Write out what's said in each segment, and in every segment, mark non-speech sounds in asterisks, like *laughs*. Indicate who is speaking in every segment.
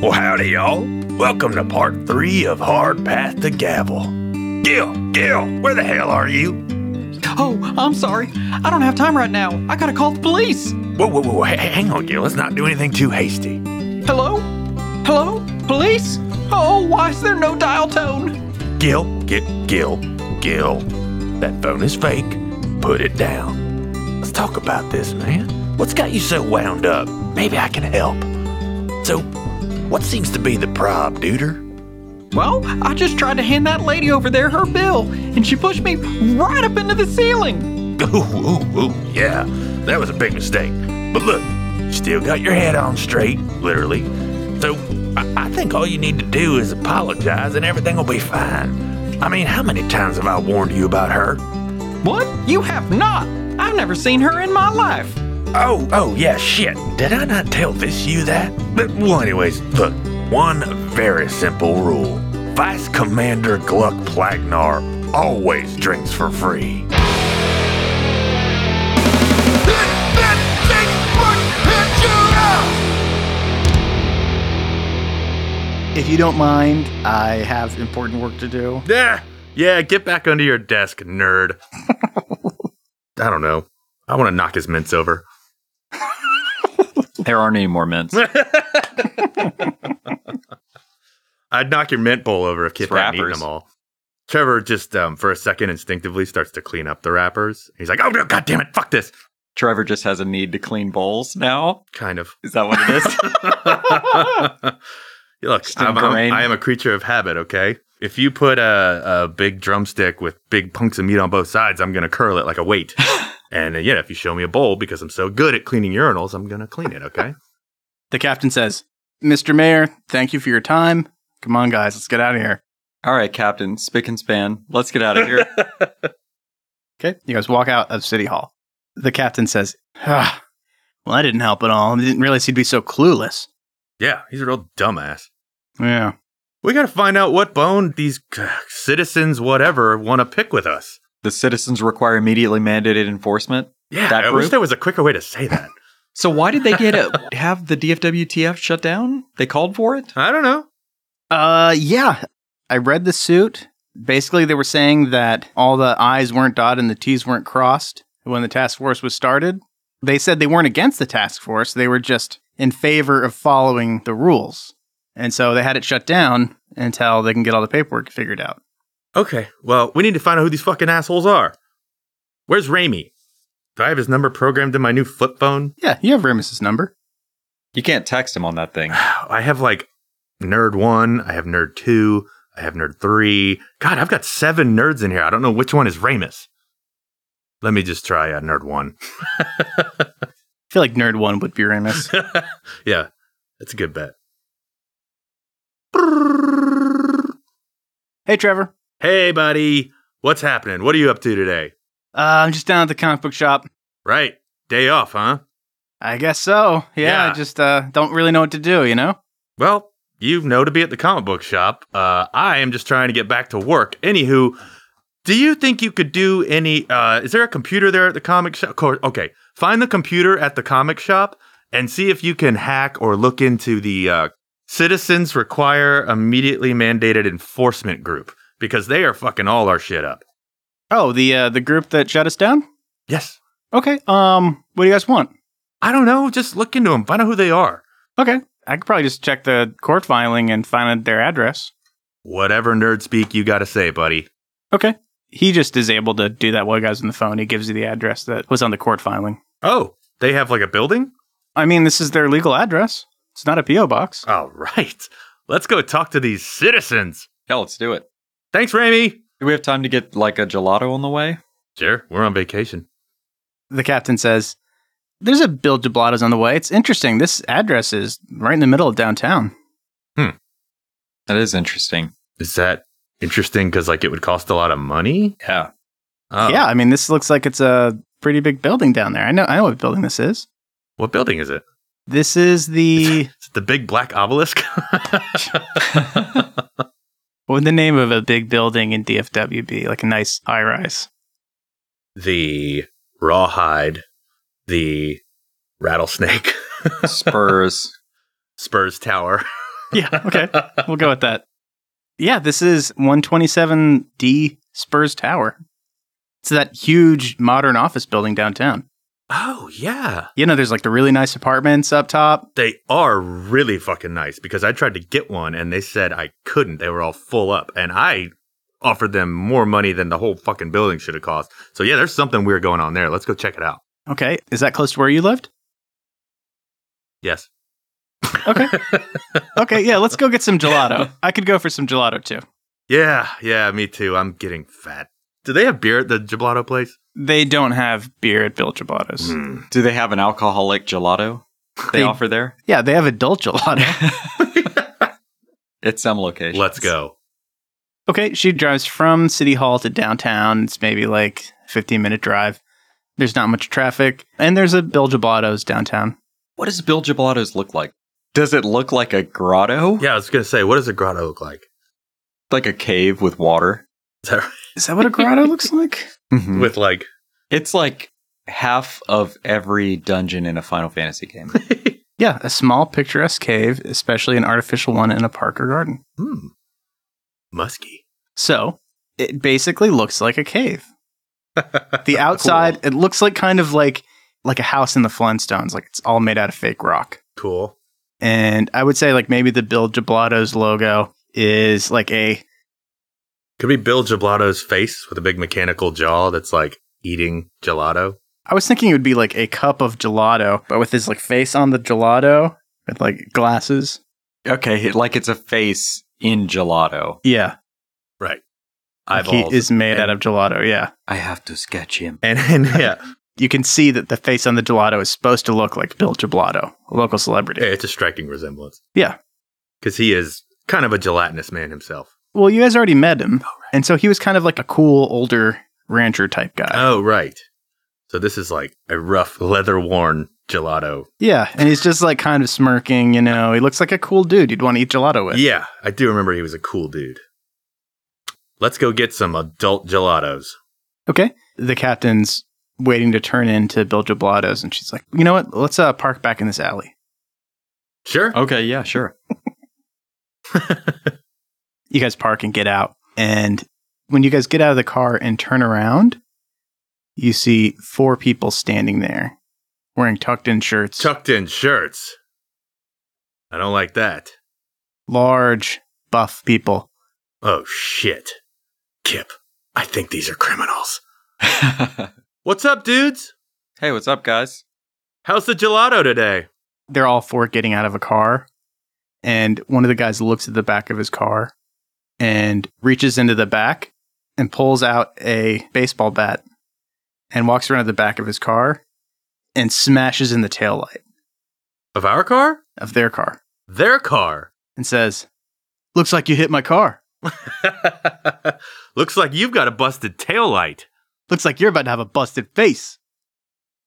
Speaker 1: Well, howdy, y'all. Welcome to part three of Hard Path to Gavel. Gil, Gil, where the hell are you?
Speaker 2: Oh, I'm sorry. I don't have time right now. I gotta call the police.
Speaker 1: Whoa, whoa, whoa, h- hang on, Gil. Let's not do anything too hasty.
Speaker 2: Hello? Hello? Police? Oh, why is there no dial tone?
Speaker 1: Gil, Gil, Gil, Gil. That phone is fake. Put it down. Let's talk about this, man. What's got you so wound up? Maybe I can help. So, what seems to be the prob, duder?
Speaker 2: Well, I just tried to hand that lady over there her bill, and she pushed me right up into the ceiling.
Speaker 1: Ooh, ooh, ooh, yeah. That was a big mistake. But look, you still got your head on straight, literally. So, I, I think all you need to do is apologize and everything will be fine. I mean, how many times have I warned you about her?
Speaker 2: What? You have not. I've never seen her in my life.
Speaker 1: Oh, oh, yeah, shit. Did I not tell this you that? But, well, anyways, look, one very simple rule Vice Commander Gluck Plagnar always drinks for free.
Speaker 3: If you don't mind, I have important work to do.
Speaker 4: Yeah, yeah, get back under your desk,
Speaker 5: *laughs*
Speaker 4: nerd. I don't know. I want to knock his mints over.
Speaker 5: There aren't any
Speaker 4: *laughs*
Speaker 5: more mints.
Speaker 4: I'd knock your mint bowl over if Kip hadn't eaten
Speaker 5: wrappers.
Speaker 4: them all. Trevor just, um, for a second, instinctively starts to clean up the wrappers. He's like, "Oh no, god damn it, fuck this!"
Speaker 5: Trevor just has a need to clean bowls now.
Speaker 4: Kind of.
Speaker 5: Is that what
Speaker 4: *laughs*
Speaker 5: it is?
Speaker 4: Look,
Speaker 5: Just
Speaker 4: I'm, I'm-
Speaker 5: ingrained.
Speaker 4: I am a creature of habit. Okay, if you put a, a big drumstick with big punks of meat on both sides, I'm gonna curl it like a weight.
Speaker 5: *laughs*
Speaker 4: and uh, yeah, if you show me a bowl because I'm so good at cleaning urinals, I'm gonna clean it. Okay.
Speaker 5: *laughs*
Speaker 3: The captain says, Mr. Mayor, thank you for your time. Come on, guys, let's get out of here.
Speaker 5: All right, Captain, spick and span. Let's get out
Speaker 4: *laughs*
Speaker 5: of here.
Speaker 3: Okay. You guys walk out of City Hall. The captain says, ah, Well, I didn't help at all. I didn't realize he'd be so clueless.
Speaker 4: yeah, he's a real dumbass.
Speaker 3: Yeah.
Speaker 4: We got to find out what bone these uh, citizens, whatever, want to pick with us.
Speaker 5: the citizens require immediately mandated enforcement.
Speaker 4: Yeah,
Speaker 5: That
Speaker 4: I wish
Speaker 5: group?
Speaker 4: there was a quicker way to say that.
Speaker 5: So why did they get a,
Speaker 4: *laughs*
Speaker 5: have the DFWTF shut down? They called for it.
Speaker 4: I don't know.
Speaker 3: Uh, yeah. I read the suit. Basically, they were saying that all the I's weren't dotted and the T's weren't crossed when the task force was started. They said they weren't against the task force, they were just in favor of following the rules. And so they had it shut down until they can get all the paperwork figured out.
Speaker 4: Okay, well, we need to find out who these fucking assholes are. Where's Raimi? Do I have his number programmed in my new flip phone? *sighs*
Speaker 3: Yeah, you have Remus's number.
Speaker 5: You can't text him on that thing.
Speaker 4: I have like Nerd 1, I have Nerd 2, I have Nerd 3. God, I've got seven nerds in here. I don't know which one is Ramus. Let me just try uh, Nerd 1.
Speaker 3: I feel like Nerd One would be Remus.
Speaker 4: *laughs* yeah, that's a good bet.
Speaker 3: hey, Trevor.
Speaker 4: Hey, buddy, what's happening? What are you up to today?
Speaker 3: Uh, I'm just down at the comic book shop.
Speaker 4: Right, day off, huh?
Speaker 3: I guess so. Yeah,
Speaker 4: Yeah.
Speaker 3: I just uh, don't really know what to do, you know?
Speaker 4: Well, you know to be at the comic book shop. Uh, I am just trying to get back to work. Anywho, do you think you could do any? Uh, is there a computer there at the comic shop? Co- Okay, find the computer at the comic shop and see if you can hack or look into the uh, citizens require immediately mandated enforcement group because they are fucking all our shit up.
Speaker 3: Oh, the uh, the group that shut us down?
Speaker 4: Yes,
Speaker 3: Okay. Um, what do you guys want?
Speaker 4: I don't know. Just look into them. Find out who they are.
Speaker 3: Okay. I could probably just check the court filing and find out their address.
Speaker 4: Whatever nerd speak you got to say, buddy.
Speaker 3: Okay. He just is able to do that while you guys on the phone. He gives you the address that was on the court filing.
Speaker 4: Oh, they have like a building?
Speaker 3: I mean, this is their legal address. It's not a PO box.
Speaker 4: All right. Let's go talk to these citizens.
Speaker 5: Yeah, let's do it.
Speaker 4: Thanks, Raimi.
Speaker 5: Do we have time to get like a gelato on the way?
Speaker 4: Sure, we're on vacation.
Speaker 3: The captain says, "There's a Bill Dubladas on the way. It's interesting. This address is right in the middle of downtown."
Speaker 5: That is interesting.
Speaker 4: Is that interesting? Because like it would cost a lot of money. *laughs*
Speaker 5: Yeah.
Speaker 4: Oh.
Speaker 3: Yeah, I mean, this looks like it's a pretty big building down there. I know, I know what building this is.
Speaker 4: What building is it?
Speaker 3: This is the
Speaker 4: Is it the big black obelisk? *laughs*
Speaker 3: what would the name of a big building in DFW be? Like a nice high rise.
Speaker 4: the rawhide. The rattlesnake. *laughs*
Speaker 5: Spurs.
Speaker 4: Spurs Tower.
Speaker 3: Yeah, okay. we'll go with that. Yeah, this is 127D Spurs Tower. It's that huge modern office building downtown.
Speaker 4: Oh, yeah.
Speaker 3: You know, there's like the really nice apartments up top.
Speaker 4: They are really fucking nice because I tried to get one and they said I couldn't. They were all full up and I offered them more money than the whole fucking building should have cost. So, yeah, there's something weird going on there. Let's go check it out.
Speaker 3: Okay. Is that close to where you lived?
Speaker 4: Yes.
Speaker 3: Okay. okay, yeah, let's go get some gelato. I could go for some gelato too.
Speaker 4: Yeah, yeah, me too. I'm getting fat. Do they have beer at the gelato place?
Speaker 3: They don't have beer at Bill Gelato's.
Speaker 4: Hmm.
Speaker 5: Do they have an alcoholic gelato they,
Speaker 3: They-
Speaker 5: offer there?
Speaker 3: Yeah, they have adult gelato. *laughs*
Speaker 5: It's some location.
Speaker 4: Let's go.
Speaker 3: Okay, she drives from City Hall to downtown. It's maybe like 15 minute drive. There's not much traffic. And there's a Bill Gelato's downtown.
Speaker 5: What does Bill Gelato's look like? Does it look like a grotto?
Speaker 4: Yeah, I was gonna say, what does a grotto look like?
Speaker 5: Like a cave with water?
Speaker 4: Is that
Speaker 3: Is that what a *laughs* grotto looks like?
Speaker 5: Mm-hmm.
Speaker 4: with like
Speaker 5: It's like half of every dungeon in a Final Fantasy *laughs* game.
Speaker 3: Yeah, a small picturesque cave, especially an artificial one in a park or garden.
Speaker 4: hmm, musky?
Speaker 3: So it basically looks like a cave. The outside, it looks like kind of like like a house in the Flintstones, like it's all made out of fake rock.
Speaker 4: Cool.
Speaker 3: And I would say like maybe the Bill Gelato's logo is like a
Speaker 4: Could be Bill Gelato's face with a big mechanical jaw that's like eating gelato.
Speaker 3: I was thinking it would be like a cup of gelato, but with his like face on the gelato with like glasses.
Speaker 5: okay, like it's a face in gelato.
Speaker 3: Yeah. Like
Speaker 4: Eyeballs.
Speaker 3: He is made
Speaker 4: and,
Speaker 3: out of gelato, yeah.
Speaker 5: I have to sketch him.
Speaker 4: *laughs* and, and yeah,
Speaker 3: You can see that the face on the gelato is supposed to look like Bill Gelato, a local celebrity.
Speaker 4: *laughs* it's a striking resemblance.
Speaker 3: Yeah.
Speaker 4: because he is kind of a gelatinous man himself.
Speaker 3: Well, you guys already met him. And so he was kind of like a cool older rancher type guy.
Speaker 4: Oh right. So this is like a rough leather worn gelato.
Speaker 3: yeah. And he's just like kind of smirking, you know. He looks like a cool dude you'd want to eat gelato with.
Speaker 4: Yeah, I do remember he was a cool dude. Let's go get some adult gelatos.
Speaker 3: Okay. The captain's waiting to turn into Bill Gelato's and she's like, you know what? Let's uh, park back in this alley.
Speaker 4: Sure.
Speaker 5: Okay, yeah, sure. *laughs*
Speaker 3: you guys park and get out. And when you guys get out of the car and turn around, you see four people standing there wearing tucked in shirts,
Speaker 4: tucked in shirts. I don't like that.
Speaker 3: large, buff people.
Speaker 4: Oh shit. Kip, I think these are criminals. What's up, dudes?
Speaker 5: hey, what's up, guys?
Speaker 4: How's the gelato today?
Speaker 3: They're all four getting out of a car. And one of the guys looks at the back of his car and reaches into the back and pulls out a baseball bat and walks around to the back of his car and smashes in the taillight
Speaker 4: Of our car?
Speaker 3: of their car
Speaker 4: Their car. *laughs*
Speaker 3: and says, Looks like you hit my car.
Speaker 4: Looks like you've got a busted taillight.
Speaker 3: Looks like you're about to have a busted face.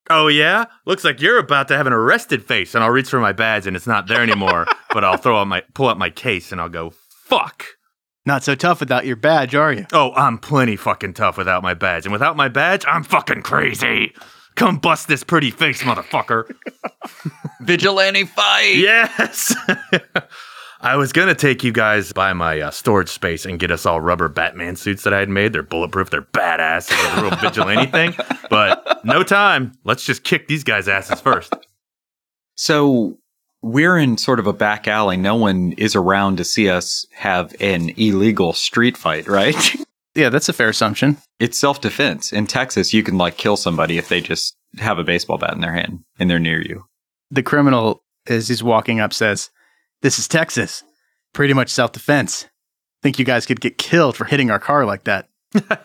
Speaker 4: Oh yeah? Looks like you're about to have an arrested face and I'll reach for my badge and it's not there anymore, but I'll throw out my pull out my case and I'll go, "Fuck."
Speaker 3: Not so tough without your badge, are you?
Speaker 4: Oh, I'm plenty fucking tough without my badge. And without my badge, I'm fucking crazy. Come bust this pretty face, *laughs* motherfucker.
Speaker 5: Vigilante fight!
Speaker 4: yes. *laughs* I was going to take you guys by my uh, storage space and get us all rubber Batman suits that I had made. They're bulletproof, they're badass, they're a real *laughs* vigilante thing. But no time. Let's just kick these guys' asses first.
Speaker 5: So we're in sort of a back alley. No one is around to see us have an illegal street fight, right?
Speaker 3: Yeah, that's a fair assumption.
Speaker 5: it's self defense. In Texas, you can like kill somebody if they just have a baseball bat in their hand and they're near you.
Speaker 3: The criminal, as he's walking up, says, This is Texas. Pretty much self defense. Think you guys could get killed for hitting our car like that.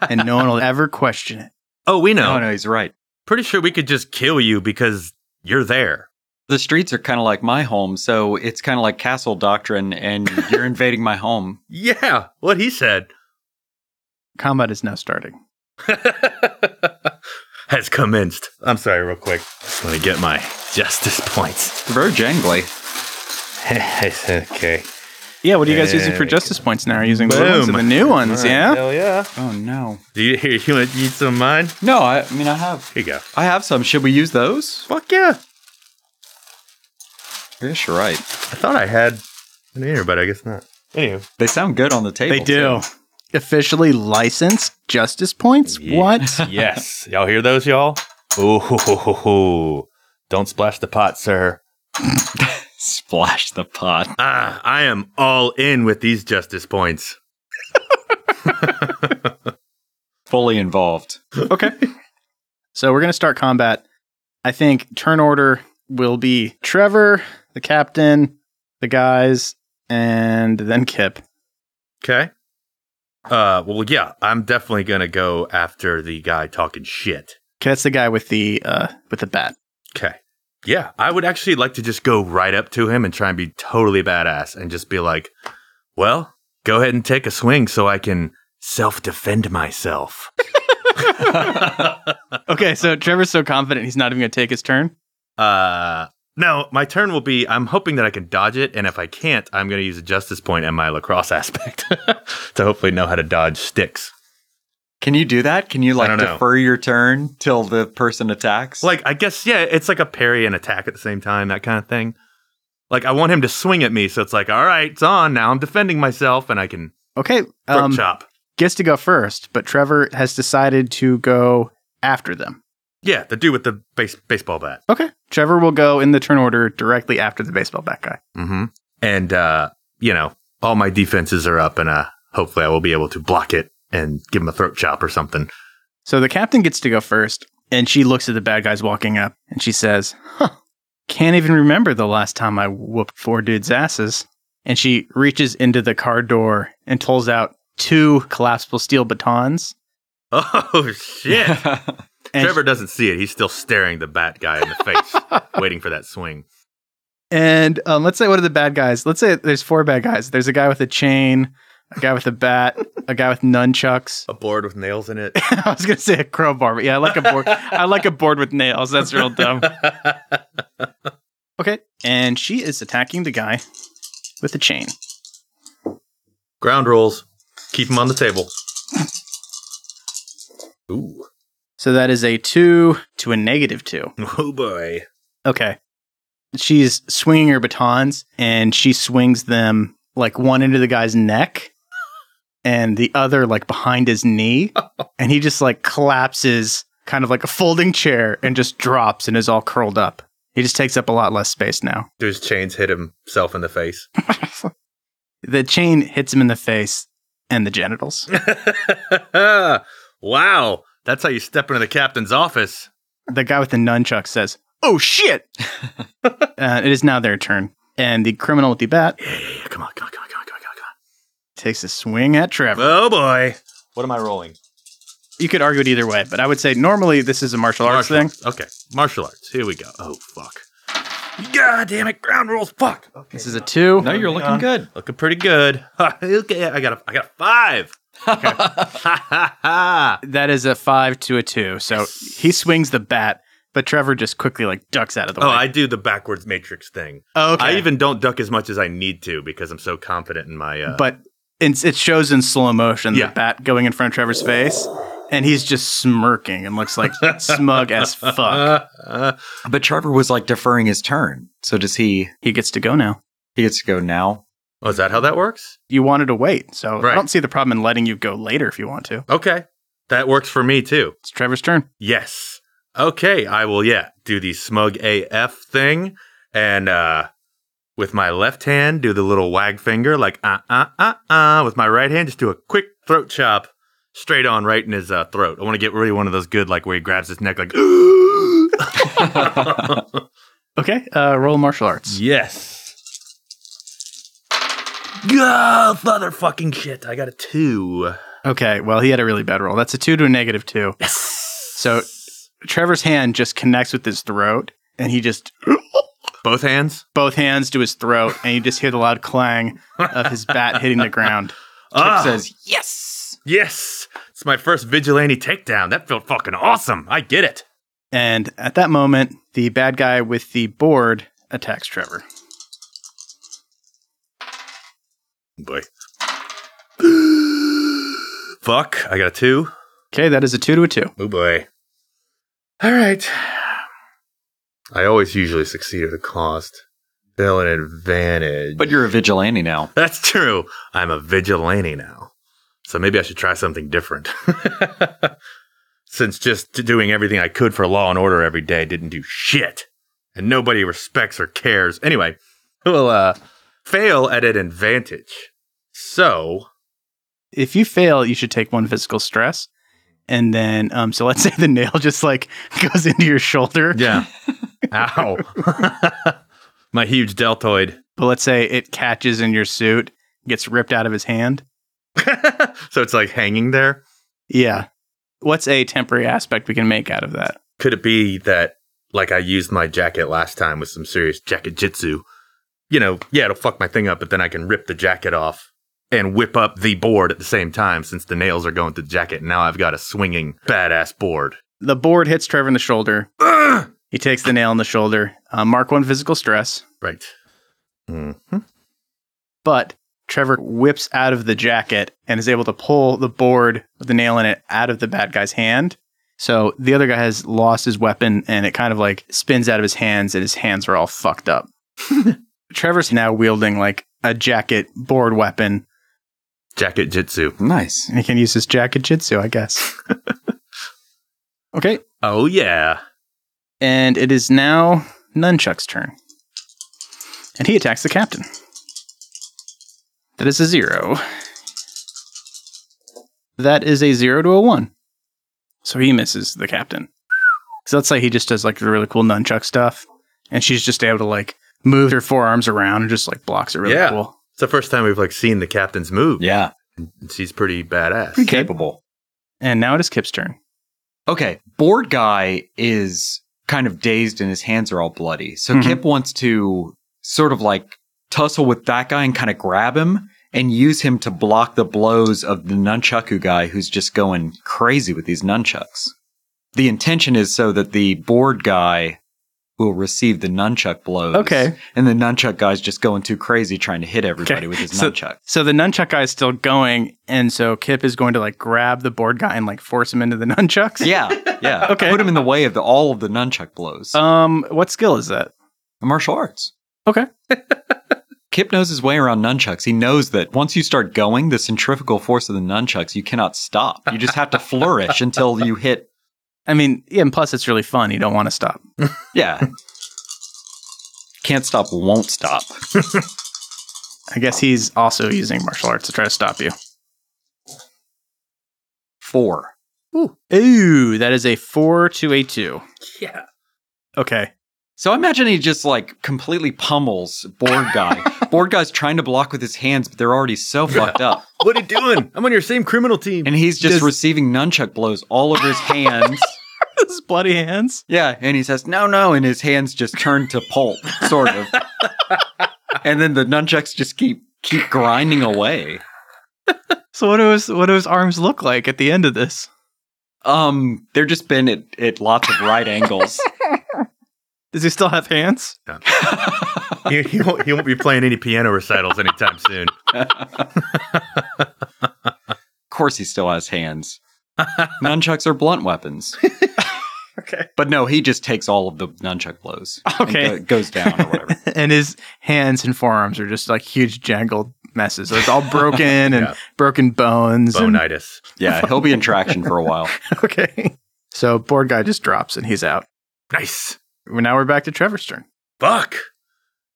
Speaker 3: and no one will ever question it.
Speaker 4: Oh, we know.
Speaker 5: No, no, he's right.
Speaker 4: Pretty sure we could just kill you because you're there.
Speaker 5: The streets are kind of like my home, so it's kind of like castle doctrine, and you're invading my home.
Speaker 4: Yeah, what he said.
Speaker 3: Combat is now starting.
Speaker 4: has commenced. I'm sorry, real quick. Let me get my justice points.
Speaker 5: Very jangly.
Speaker 4: *laughs* okay.
Speaker 3: Yeah, what are you guys
Speaker 4: Yeah,
Speaker 3: using for
Speaker 4: yeah,
Speaker 3: justice points now? Are you using the old ones and the new ones? Yeah?
Speaker 4: Hell yeah.
Speaker 5: Oh no.
Speaker 4: Do you *laughs* here? You want to eat some of mine?
Speaker 5: No, I, I mean I have
Speaker 4: Here you go.
Speaker 5: I have some. Should we use those?
Speaker 4: Fuck yeah.
Speaker 5: Yes, you're right.
Speaker 4: I thought I had I didn't hear, but I guess not. Anywho,
Speaker 5: They sound good on the table.
Speaker 3: They do. Officially licensed justice points?
Speaker 4: Yeah.
Speaker 3: What?
Speaker 4: *laughs* *laughs* yes, y'all hear those, y'all? Ooh, hoo, hoo, hoo, hoo. don't splash the pot, sir.
Speaker 5: too. Splash the pot.
Speaker 4: Ah, I am all in with these justice points.
Speaker 5: Fully involved.
Speaker 3: Okay. so we're going to start combat. I think turn order will be Trevor, the captain, the guys, and then Kip.
Speaker 4: Okay. Uh, well, yeah, I'm definitely gonna go after the guy talking shit.
Speaker 3: Okay, That's the guy with the uh with the bat.
Speaker 4: Okay. Yeah, I would actually like to just go right up to him and try and be totally badass and just be like, "Well, go ahead and take a swing so I can self-defend myself."
Speaker 3: Okay, so Trevor's so confident he's not even going to take his turn.
Speaker 4: Uh, no, my turn will be. I'm hoping that I can dodge it, and if I can't, I'm going to use a justice point and my lacrosse *laughs* aspect to hopefully know how to dodge sticks.
Speaker 5: Can you do that? Can you like
Speaker 4: don't know.
Speaker 5: defer your turn till the person attacks?
Speaker 4: Like, I guess, yeah, it's like a parry and attack at the same time, that kind of thing. Like, I want him to swing at me, so it's like, all right, it's on. Now I'm defending myself, and I can
Speaker 3: Okay,
Speaker 4: throat
Speaker 3: um,
Speaker 4: chop.
Speaker 3: gets to go first, but Trevor has decided to go after them.
Speaker 4: Yeah, the dude with the base- baseball bat.
Speaker 3: Okay, Trevor will go in the turn order directly after the baseball bat guy.
Speaker 4: Mm-hmm. And uh, you know, all my defenses are up, and uh, hopefully, I will be able to block it and give him a throat chop or something. *laughs*
Speaker 3: So the captain gets to go first, and she looks at the bad guys walking up, and she says, "Huh, can't even remember the last time I whooped four dudes' asses." And she reaches into the car door and pulls out two collapsible steel batons.
Speaker 4: Oh shit! *laughs*
Speaker 3: And
Speaker 4: Trevor doesn't see it. He's still staring the bat guy in the face, *laughs* waiting for that swing.
Speaker 3: And um, let's say one of the bad guys. Let's say there's four bad guys. There's a guy with a chain, a guy with a bat, a guy with nunchucks. *laughs*
Speaker 4: A board with nails in it.
Speaker 3: I was gonna say a crowbar, but yeah, I like a board. I like a board with nails. That's real dumb. Okay, and she is attacking the guy with the chain.
Speaker 4: *laughs* Ground rules. Keep him on the table. *laughs* Ooh.
Speaker 3: So that is a two to a negative two.
Speaker 4: Oh boy.
Speaker 3: Okay, she's swinging her batons, and she swings them like one into the guy's neck, and the other like behind his knee, and he just like collapses, kind of like a folding chair, and just drops and is all curled up. He just takes up a lot less space now.
Speaker 4: Dude's chains hit himself in the face. *laughs*
Speaker 3: The chain hits him in the face and the genitals.
Speaker 4: wow. That's how you step into the captain's office.
Speaker 3: the guy with the nunchuck says, Oh shit! uh, it is now their turn. And the criminal with the bat
Speaker 4: Yeah, yeah, yeah. Come on, come on, come on, come on, come on, come
Speaker 3: takes a swing at Trevor.
Speaker 4: on. Oh boy. What am I rolling?
Speaker 3: You could argue it either way, but I would say normally this is a martial arts
Speaker 4: Martial
Speaker 3: thing.
Speaker 4: arts. Okay. Martial arts. Here we go. Oh fuck. God damn it. Ground rules. Fuck. Okay.
Speaker 3: This is a two.
Speaker 5: *laughs* no, you're looking good.
Speaker 4: Looking pretty good. *laughs* okay, I got a, I got a five. Ha ha ha.
Speaker 3: That is a five to a two. So he swings the bat, but Trevor just quickly like ducks out of the
Speaker 4: Oh,
Speaker 3: way.
Speaker 4: I do the backwards matrix thing.
Speaker 3: oh, okay.
Speaker 4: I even don't duck as much as I need to because I'm so confident in my. Uh,
Speaker 3: but in, it shows in slow motion
Speaker 4: Yeah.
Speaker 3: the bat going in front of Trevor's face, and he's just smirking and looks
Speaker 4: *laughs*
Speaker 3: like smug as fuck.
Speaker 4: uh, uh,
Speaker 5: But Trevor was like deferring his turn. So does he?
Speaker 3: He gets to go now.
Speaker 5: He gets to go now.
Speaker 4: oh, is that how that works?
Speaker 3: You wanted to wait, so
Speaker 4: Right.
Speaker 3: I don't see the problem in letting you go later if you want to.
Speaker 4: Okay, that works for me too.
Speaker 3: It's Trevor's turn.
Speaker 4: Yes. Okay, I will. Yeah, do the smug AF thing, and uh, with my left hand, do the little wag finger, like uh uh uh uh. With my right hand, just do a quick throat chop, straight on, right in his uh, throat. I want to get really one of those good, like where he grabs his neck, like. *gasps*
Speaker 3: Okay, uh, roll martial arts.
Speaker 4: Yes. Oh, motherfucking shit. I got a two.
Speaker 3: Okay, well, he had a really bad roll. That's a two to a negative two. Yes. So Trevor's hand just connects with his throat, and he just, *gasps*
Speaker 4: Both hands?
Speaker 3: both hands to his throat, and you just hear the loud clang of his bat hitting the ground.
Speaker 5: Kip
Speaker 4: Ah,
Speaker 5: says,
Speaker 4: yes. It's my first vigilante takedown. That felt fucking awesome. I get it.
Speaker 3: And at that moment, the bad guy with the board attacks Trevor.
Speaker 4: Boy. *gasps* Fuck. I got a two.
Speaker 3: Okay, that is a two to a two.
Speaker 4: Oh boy. All right. I always usually succeed at a cost. Still an advantage.
Speaker 5: But you're a vigilante now.
Speaker 4: That's true. I'm a vigilante now. So maybe I should try something different. *laughs* Since just doing everything I could for law and order every day didn't do shit. And nobody respects or cares. Anyway, we'll uh, fail at an advantage. So,
Speaker 3: If you fail, you should take one physical stress. And then, um, so let's *laughs* say the nail just like *laughs* goes into your shoulder,
Speaker 4: yeah. Ow. *laughs* My huge deltoid. *laughs*
Speaker 3: but let's say it catches in your suit, gets ripped out of his hand.
Speaker 4: so it's like hanging there.
Speaker 3: Yeah. What's a temporary aspect we can make out of that?
Speaker 4: could it be that like I used my jacket last time with some serious jacket jitsu? You know, yeah, it'll fuck my thing up, but then I can rip the jacket off and whip up the board at the same time since the nails are going to the jacket. And now I've got a swinging badass board.
Speaker 3: The board hits Trevor in the shoulder.
Speaker 4: Ugh!
Speaker 3: He takes the nail in the shoulder. Uh, mark one physical stress,
Speaker 4: Right. Mm.
Speaker 3: but Trevor whips out of the jacket and is able to pull the board with the nail in it out of the bad guy's hand. So the other guy has lost his weapon and it kind of like spins out of his hands and his hands are all fucked up. Trevor's now wielding like a jacket board weapon
Speaker 4: Jacket jitsu.
Speaker 5: Nice.
Speaker 3: and he can use his jacket jitsu, I guess. okay.
Speaker 4: Oh, yeah.
Speaker 3: And it is now Nunchuck's turn. And he attacks the captain. That is a zero. That is a zero to a one. So he misses the captain. So let's say he just does like the really cool nunchuck stuff, and she's just able to like move her forearms around and just like blocks it really
Speaker 4: Yeah.
Speaker 3: cool.
Speaker 4: It's the first time we've like seen the captain's move.
Speaker 5: Yeah.
Speaker 4: She's pretty badass.
Speaker 3: Pretty
Speaker 5: Capable.
Speaker 3: And now it is Kip's turn.
Speaker 5: Okay, board guy is kind of dazed and his hands are all bloody. So
Speaker 3: Mhm.
Speaker 5: Kip wants to sort of like tussle with that guy and kind of grab him and use him to block the blows of the nunchaku guy who's just going crazy with these nunchucks. The intention is so that the board guy will receive the nunchuck blows.
Speaker 3: Okay.
Speaker 5: And the nunchuck guy's just going too crazy trying to hit everybody with his
Speaker 3: So-
Speaker 5: nunchuck.
Speaker 3: So the nunchuck guy is still going, and so Kip is going to like grab the board guy and like force him into the *laughs* nunchucks.
Speaker 5: Yeah, yeah.
Speaker 3: Okay.
Speaker 5: Put him in the way of the, all of the nunchuck blows.
Speaker 3: Um, what skill is that?
Speaker 5: martial arts.
Speaker 3: Okay.
Speaker 5: Kip knows his way around nunchucks. He knows that once you start going, the centrifugal force of the nunchucks, you cannot stop. You just have to flourish until you hit.
Speaker 3: I mean, yeah, and plus it's really fun. You don't want to stop.
Speaker 5: Yeah. Can't stop, won't stop.
Speaker 3: I guess he's also using martial arts to try to stop you.
Speaker 5: Four.
Speaker 3: Ooh, that is a four to a two.
Speaker 1: Yeah.
Speaker 3: Okay. *laughs*
Speaker 5: So I imagine he just like completely pummels board guy. board guy's trying to block with his hands, but they're already so fucked up.
Speaker 4: what are you doing? I'm on your same criminal team.
Speaker 5: And he's just
Speaker 3: Does-
Speaker 5: receiving nunchuck blows all over his hands.
Speaker 3: His bloody hands.
Speaker 5: Yeah, and he says, "No, no," and his hands just turn to pulp, sort
Speaker 3: *laughs*
Speaker 5: of. and then the nunchucks just keep keep grinding away.
Speaker 3: So what do his what do his arms look like at the end of this?
Speaker 5: Um, they're just been at, at lots of right angles.
Speaker 3: Does he still have hands? *laughs*
Speaker 4: he, he won't, he won't be playing any piano recitals anytime *laughs* soon.
Speaker 5: Of course, he still has hands. nunchucks are blunt weapons.
Speaker 3: *laughs* Okay.
Speaker 5: But no, he just takes all of the nunchuck blows. and
Speaker 3: Okay.
Speaker 5: go- goes down or whatever.
Speaker 3: *laughs* and his hands and forearms are just like huge jangled messes. So it's all broken and
Speaker 4: Yeah.
Speaker 3: broken bones. and-
Speaker 4: Bonitis.
Speaker 5: Yeah, he'll be in traction for a while.
Speaker 3: *laughs* okay. So board guy just drops and he's out.
Speaker 4: Nice.
Speaker 3: Well, Now we're back to Trevor's turn.
Speaker 4: Fuck.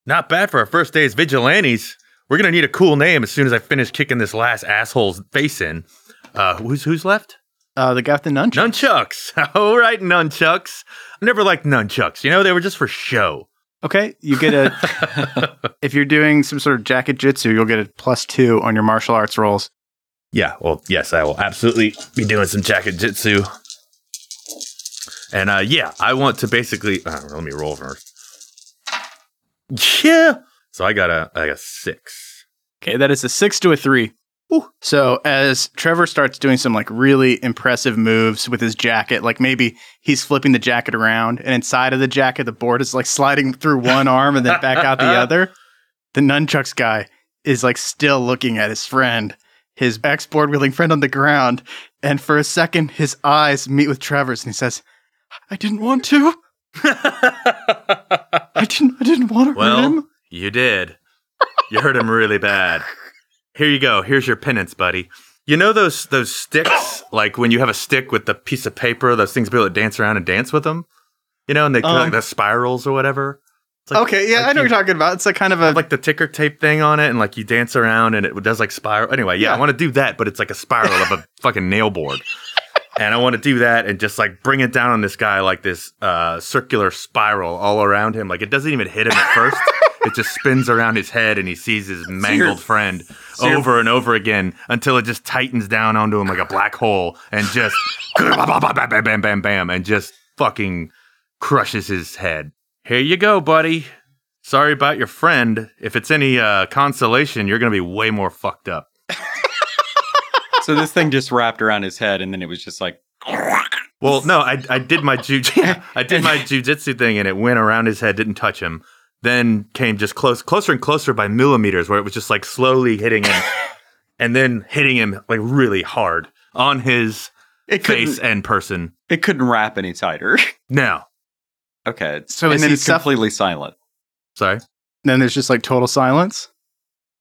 Speaker 4: Not bad for our first day as vigilantes. We're gonna need a cool name as soon as I finish kicking this last asshole's face in. Uh, who's who's left?
Speaker 3: Uh, the guy with the nunchuck.
Speaker 4: Nunchucks. *laughs* All right, nunchucks. I never liked nunchucks. You know, they were just for show.
Speaker 3: Okay, you get a. if you're doing some sort of jacket jitsu, you'll get a plus two on your martial arts rolls.
Speaker 4: Yeah. Well, yes, I will absolutely be doing some jacket jitsu. And uh, yeah, I want to basically. Uh, let me roll first. Yeah. So I got a I got a six.
Speaker 3: Okay, that is a six to a three.
Speaker 4: Ooh.
Speaker 3: So as Trevor starts doing some like really impressive moves with his jacket, like maybe he's flipping the jacket around, and inside of the jacket, the board is like sliding through
Speaker 4: *laughs*
Speaker 3: one arm and then back out the other. The nunchucks guy is like still looking at his friend, his ex board wielding friend on the ground, and for a second, his eyes meet with Trevor's, and he says,
Speaker 4: *laughs*
Speaker 3: "I didn't want to." I didn't. I didn't want to
Speaker 4: Well,
Speaker 3: hurt him.
Speaker 4: You did. You hurt him really bad. Here you go. Here's your penance, buddy. You know those those sticks, like when you have a stick with the piece of paper, those things people that dance around and dance with them, you know, and they
Speaker 3: Um.
Speaker 4: like the spirals or whatever. It's like-
Speaker 3: okay, yeah,
Speaker 4: like
Speaker 3: I know
Speaker 4: you-
Speaker 3: what you're talking about. It's a kind of a
Speaker 4: like the ticker tape thing on it, and like you dance around, and it does like spiral. Anyway, yeah,
Speaker 3: Yeah.
Speaker 4: I want to do that, but it's like a spiral of *laughs* a fucking nail board, and I want to do that and just like bring it down on this guy like this uh, circular spiral all around him. Like it doesn't even hit him at first; it just spins around his head, and he sees his mangled friend
Speaker 5: you're-
Speaker 4: over and over again until it just tightens down onto him like a black hole, and just *laughs* bam, bam, bam, bam, bam, and just fucking crushes his head. Here you go, buddy. Sorry about your friend. If it's any uh, consolation, you're going to be way more fucked up.
Speaker 5: so this thing just wrapped around his head, and then it was just like,
Speaker 4: Well, no, I, I did my ju- *laughs* I did my jujitsu thing, and it went around his head, didn't touch him. Then came just close, closer and closer by millimeters, where it was just like slowly hitting him, and then hitting him like really hard on his
Speaker 5: it couldn't,
Speaker 4: face and person.
Speaker 5: it couldn't wrap any tighter. *laughs*
Speaker 4: Now,
Speaker 5: okay.
Speaker 3: So
Speaker 5: and
Speaker 3: is
Speaker 5: then
Speaker 3: he
Speaker 5: it's
Speaker 3: suff-
Speaker 5: completely silent.
Speaker 4: sorry.
Speaker 3: then there's just like total silence.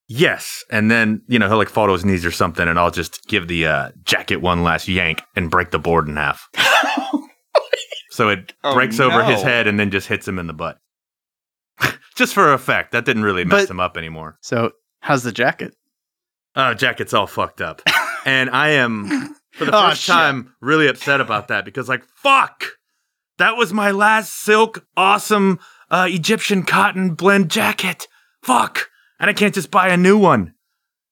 Speaker 4: Yes, and then you know he'll like fall to his knees or something, and I'll just give the uh, jacket one last yank and break the board in
Speaker 5: *laughs*
Speaker 4: half. so it
Speaker 5: Oh,
Speaker 4: breaks over his
Speaker 5: no.
Speaker 4: head and then just hits him in the butt, *laughs* just for effect. That didn't really mess
Speaker 3: But-
Speaker 4: him up anymore.
Speaker 3: So how's the jacket?
Speaker 4: Oh, jacket's all
Speaker 3: *laughs*
Speaker 4: fucked up, and I am for the
Speaker 3: Oh,
Speaker 4: first
Speaker 3: shit.
Speaker 4: time really upset about that because like fuck, that was my last silk awesome uh, Egyptian cotton blend jacket. Fuck, and I can't just buy a new one.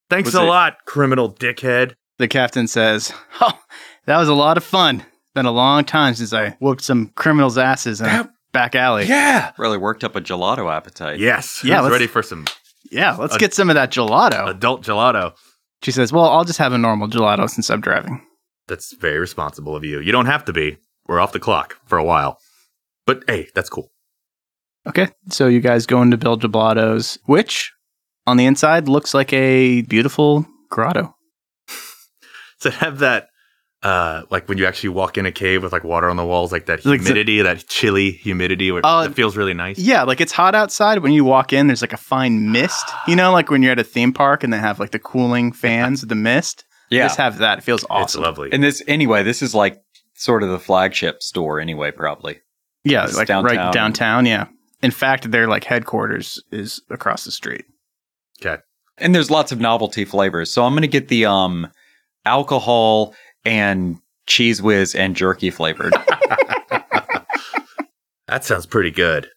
Speaker 4: Thanks
Speaker 5: Was
Speaker 4: a
Speaker 5: it-
Speaker 4: lot, criminal dickhead.
Speaker 3: The captain says, "Oh, that was a lot of fun. Been a long time since I whooped some criminals' asses in a back alley. Yeah,
Speaker 4: Yeah.
Speaker 5: Really worked up a gelato appetite.
Speaker 4: Yes.
Speaker 3: Yeah,
Speaker 4: Yeah.
Speaker 3: let's-
Speaker 4: ready for some
Speaker 3: let's get some of that gelato."
Speaker 4: adult gelato.
Speaker 3: She says, "Well, I'll just have a normal gelato since I'm driving."
Speaker 4: That's very responsible of you. You don't have to be. We're off the clock for a while. But hey, that's cool.
Speaker 3: Okay, so you guys go into Bill Gelato's, which on the inside looks like a beautiful grotto.
Speaker 4: So have that, uh, like when you actually walk in a cave with like water on the walls, like that
Speaker 3: Like the-
Speaker 4: humidity, that chilly humidity, where
Speaker 3: Uh,
Speaker 4: that feels really nice.
Speaker 3: Yeah, like it's hot outside. When you walk in, there's like a fine mist. You know, like when you're at a theme park and they have like the cooling fans with the mist.
Speaker 5: Yeah.
Speaker 3: Just have that. It feels
Speaker 4: It's
Speaker 3: awesome.
Speaker 4: lovely.
Speaker 5: and this, anyway, this is like sort of the flagship store, anyway, probably.
Speaker 3: Yeah,
Speaker 5: It's
Speaker 3: like
Speaker 5: downtown.
Speaker 3: right downtown. Yeah. In fact, their like headquarters is across the street.
Speaker 5: And there's lots of novelty flavors. So I'm going to get the um alcohol and cheese whiz and jerky *laughs* flavored.
Speaker 4: that sounds pretty good.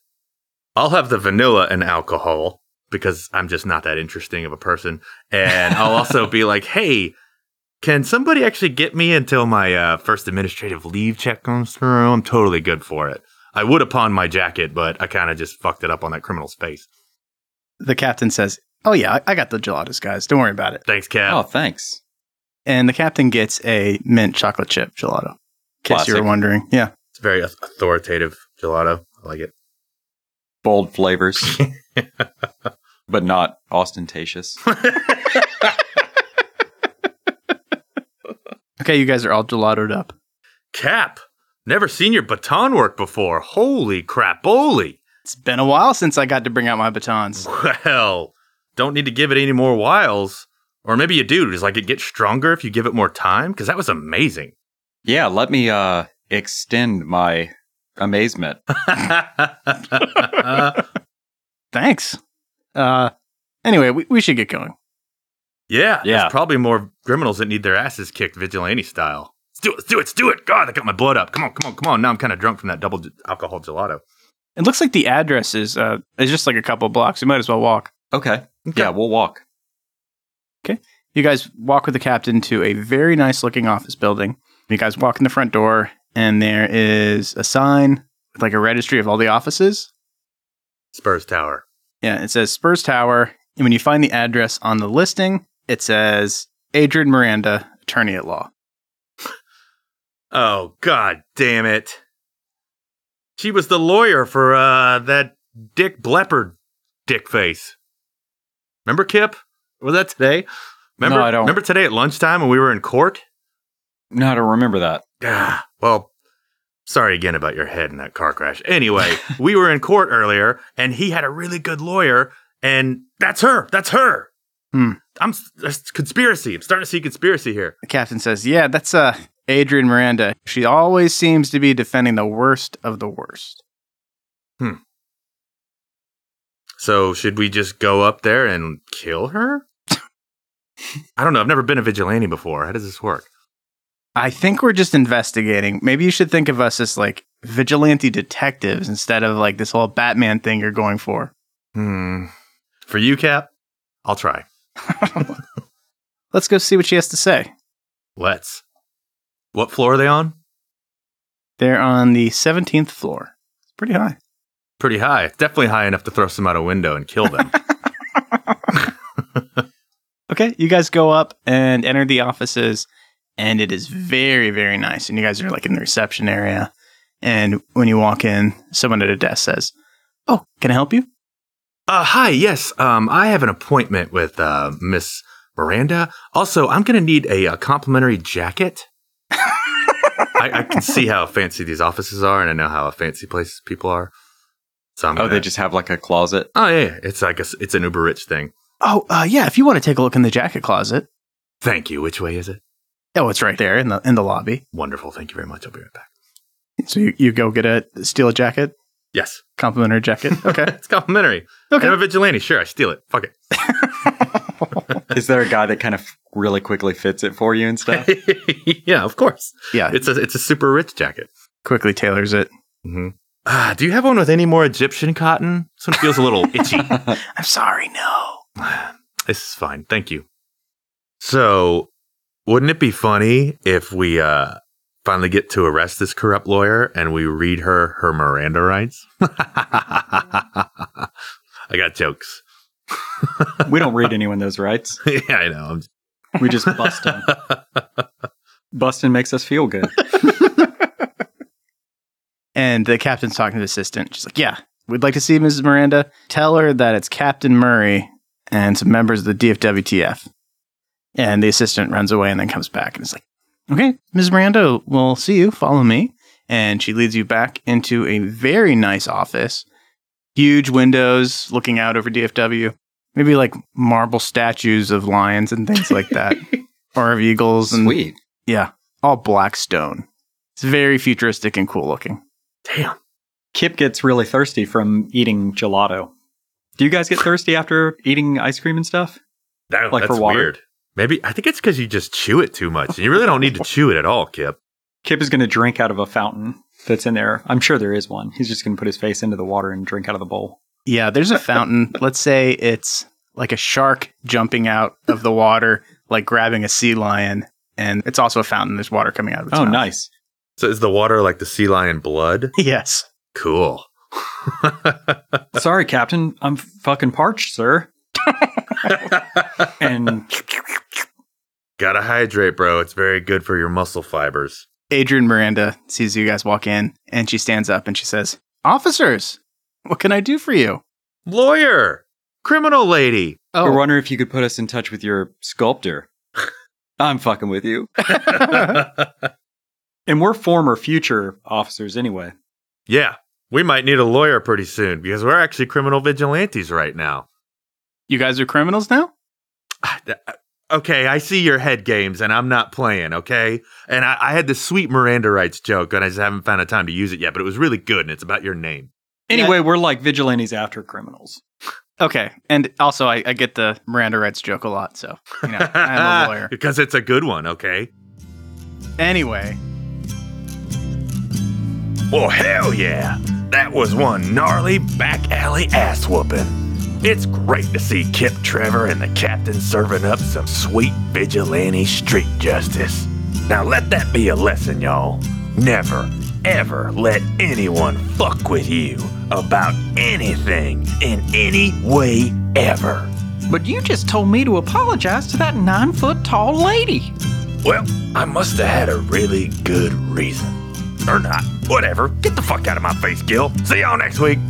Speaker 4: I'll have the vanilla and alcohol because I'm just not that interesting of a person. And I'll also
Speaker 3: *laughs*
Speaker 4: be like, hey, can somebody actually get me until my uh, first administrative leave check comes through? I'm totally good for it. I would upon my jacket, but I kind of just fucked it up on that criminal's face.
Speaker 3: The captain says, "Oh yeah, I- I got the gelatos, guys. Don't worry about it."
Speaker 4: Thanks, Cap.
Speaker 5: oh, thanks.
Speaker 3: And the captain gets a mint chocolate chip gelato. In case you were
Speaker 5: Classic.
Speaker 3: wondering, yeah.
Speaker 4: It's very au- authoritative gelato. I like it.
Speaker 5: Bold *laughs* flavors. but not ostentatious.
Speaker 3: Okay, you guys are all gelatoed up.
Speaker 4: Cap, never seen your baton work before. Holy crap, holy.
Speaker 3: It's been a while since I got to bring out my batons.
Speaker 4: Well, don't need to give it any more whiles. Or maybe you do. Does like it get stronger if you give it more time? Because that was amazing. *laughs*
Speaker 5: Yeah, let me uh extend my amazement.
Speaker 3: Thanks. Uh, anyway, we, we should get going.
Speaker 4: yeah,
Speaker 5: Yeah.
Speaker 4: There's probably more criminals that need their asses kicked vigilante style. Let's do it. Let's do it. Let's do it. God, I got my blood up. Come on, come on, come on. Now I'm kind of drunk from that double g- alcohol gelato.
Speaker 3: It looks like the address is uh, is just like a couple blocks. You might as well walk.
Speaker 5: *laughs* Okay. Yeah, we'll walk.
Speaker 3: You guys walk with the captain to a very nice looking office building. You guys walk in the front door, and there is a sign with like a registry of all the offices.
Speaker 4: Spurs Tower.
Speaker 3: Yeah, it says Spurs Tower. And when you find the address on the listing, it says Adrian Miranda, attorney at law.
Speaker 4: Oh God, damn it! She was the lawyer for uh, that Dick Bleppard, dickface. Remember Kip? Was that today? Remember,
Speaker 5: No, I don't.
Speaker 4: Remember today at lunchtime when we were in court?
Speaker 5: No, I don't remember that.
Speaker 4: Ah, well, sorry again
Speaker 5: *laughs*
Speaker 4: about your head in that car crash. Anyway, we were in court earlier, and he had a really good lawyer, and that's her. That's her.
Speaker 3: Hmm.
Speaker 4: I'm s- that's conspiracy. I'm starting to see conspiracy here.
Speaker 3: The captain says, Yeah, that's uh, Adrian Miranda. She always seems to be defending the worst of the worst.
Speaker 4: So should we just go up there and kill her? I don't know. I've never been a vigilante before. How does this work?
Speaker 3: I think we're just investigating. Maybe you should think of us as like vigilante detectives instead of like this whole Batman thing you're going for.
Speaker 4: Hmm. For you, Cap, I'll try.
Speaker 3: Let's go see what she has to say.
Speaker 4: Let's. What floor are they on?
Speaker 3: They're on the 17th floor. It's pretty high.
Speaker 4: Pretty high. Definitely high enough to throw some out a window and kill
Speaker 5: *laughs*
Speaker 4: them.
Speaker 3: Okay, you guys go up and enter the offices, and it is very, very nice. And you guys are like in the reception area. And when you walk in, someone at a desk says, Oh, can I help you?
Speaker 4: Uh, hi, yes. Um, I have an appointment with uh, Miss Miranda. Also, I'm going to need a, uh complimentary jacket. I, I can see how fancy these offices are, and I know how fancy places people are. So I'm
Speaker 5: Oh,
Speaker 4: gonna-
Speaker 5: they just have like a closet.
Speaker 4: Oh yeah, yeah. it's like a, s- it's an uber rich thing.
Speaker 3: Oh, uh, yeah, if you want to take a look in the jacket closet.
Speaker 4: Thank you. Which way is it?
Speaker 3: Oh, it's right there in the in the lobby.
Speaker 4: Wonderful. Thank you very much. I'll be right back.
Speaker 3: So you, you go get a steal a jacket,
Speaker 4: Yes,
Speaker 3: complimentary jacket. Okay.
Speaker 4: *laughs* it's complimentary.
Speaker 3: Okay.
Speaker 4: I'm a vigilante. Sure, I steal it. *laughs* Fuck
Speaker 5: Is there a guy that kind of really quickly fits it for you and stuff?
Speaker 4: it. yeah, of course.
Speaker 3: yeah.
Speaker 4: It's a it's a super rich jacket.
Speaker 3: quickly tailors it.
Speaker 4: Mm-hmm. Ah, do you have one with any more Egyptian cotton? This one feels a
Speaker 5: *laughs*
Speaker 4: little itchy.
Speaker 3: I'm sorry, no.
Speaker 4: *sighs* This is fine. Thank you. So, wouldn't it be funny if we uh, finally get to arrest this corrupt lawyer and we read her her Miranda rights? *laughs* I got jokes. *laughs*
Speaker 5: we don't read anyone those rights.
Speaker 4: yeah, I know. I'm
Speaker 5: We just bust *laughs* them. Busting makes us feel good.
Speaker 3: And the captain's talking to the assistant. She's like, Yeah, we'd like to see Mrs. Miranda. Tell her that it's Captain Murray and some members of the DFWTF. And the assistant runs away and then comes back and is like, Okay, Mrs. Miranda, we'll see you. Follow me. And she leads you back into a very nice office. Huge windows looking out over DFW. Maybe like marble statues of lions and things like that. or of eagles and
Speaker 5: Sweet.
Speaker 3: all black stone. It's very futuristic and cool looking.
Speaker 4: damn.
Speaker 5: Kip gets really thirsty from eating gelato. Do you guys get thirsty after eating ice cream and stuff?
Speaker 4: That,
Speaker 5: Like for
Speaker 4: that's
Speaker 5: water?
Speaker 4: weird. Maybe I think it's because you just chew it too much, and you really don't need to chew it at all, Kip.
Speaker 5: Kip is going to drink out of a fountain that's in there. I'm sure there is one. He's just going to put his face into the water and drink out of the bowl.
Speaker 3: Yeah, there's a
Speaker 5: *laughs*
Speaker 3: fountain. Let's say it's like a shark jumping out of the water, like grabbing a sea lion, and it's also a fountain. There's water coming out of its
Speaker 5: oh,
Speaker 3: mouth.
Speaker 5: nice.
Speaker 4: So is the water like the sea lion blood?
Speaker 3: *laughs* Yes.
Speaker 4: Cool.
Speaker 5: Sorry, Captain. I'm fucking parched, *laughs* sir. and
Speaker 4: Gotta hydrate, bro. It's very good for your muscle fibers.
Speaker 3: Adrian Miranda sees you guys walk in, and she stands up and she says, "Officers, what can I do for you?"
Speaker 4: lawyer, criminal lady.
Speaker 5: we're wondering if you could put us in touch with your sculptor. I'm fucking with you. And we're former future officers anyway.
Speaker 4: yeah, we might need a lawyer pretty soon because we're actually criminal vigilantes right now. *sighs*
Speaker 3: you guys are criminals now.
Speaker 4: uh, Okay, I see your head games and I'm not playing, okay? And I, I had the sweet Miranda rights joke and I just haven't found a time to use it yet, but it was really good and it's about your name.
Speaker 5: Anyway, we're like vigilantes after criminals.
Speaker 3: Okay, and also I, I get the Miranda rights joke a lot, so you know *laughs*
Speaker 5: *laughs*
Speaker 3: I'm a lawyer.
Speaker 4: *laughs* because it's a good one, okay?
Speaker 3: Anyway,
Speaker 1: Well, hell yeah! That was one gnarly back alley ass whooping. It's great to see Kip Trevor and the captain serving up some sweet vigilante street justice. Now let that be a lesson, y'all. Never, ever let anyone fuck with you about anything in any way ever.
Speaker 2: But you just told me to apologize to that nine foot tall lady.
Speaker 1: Well, I must have had a really good reason. Or not. Whatever. Get the fuck out of my face, Gil. See y'all next week.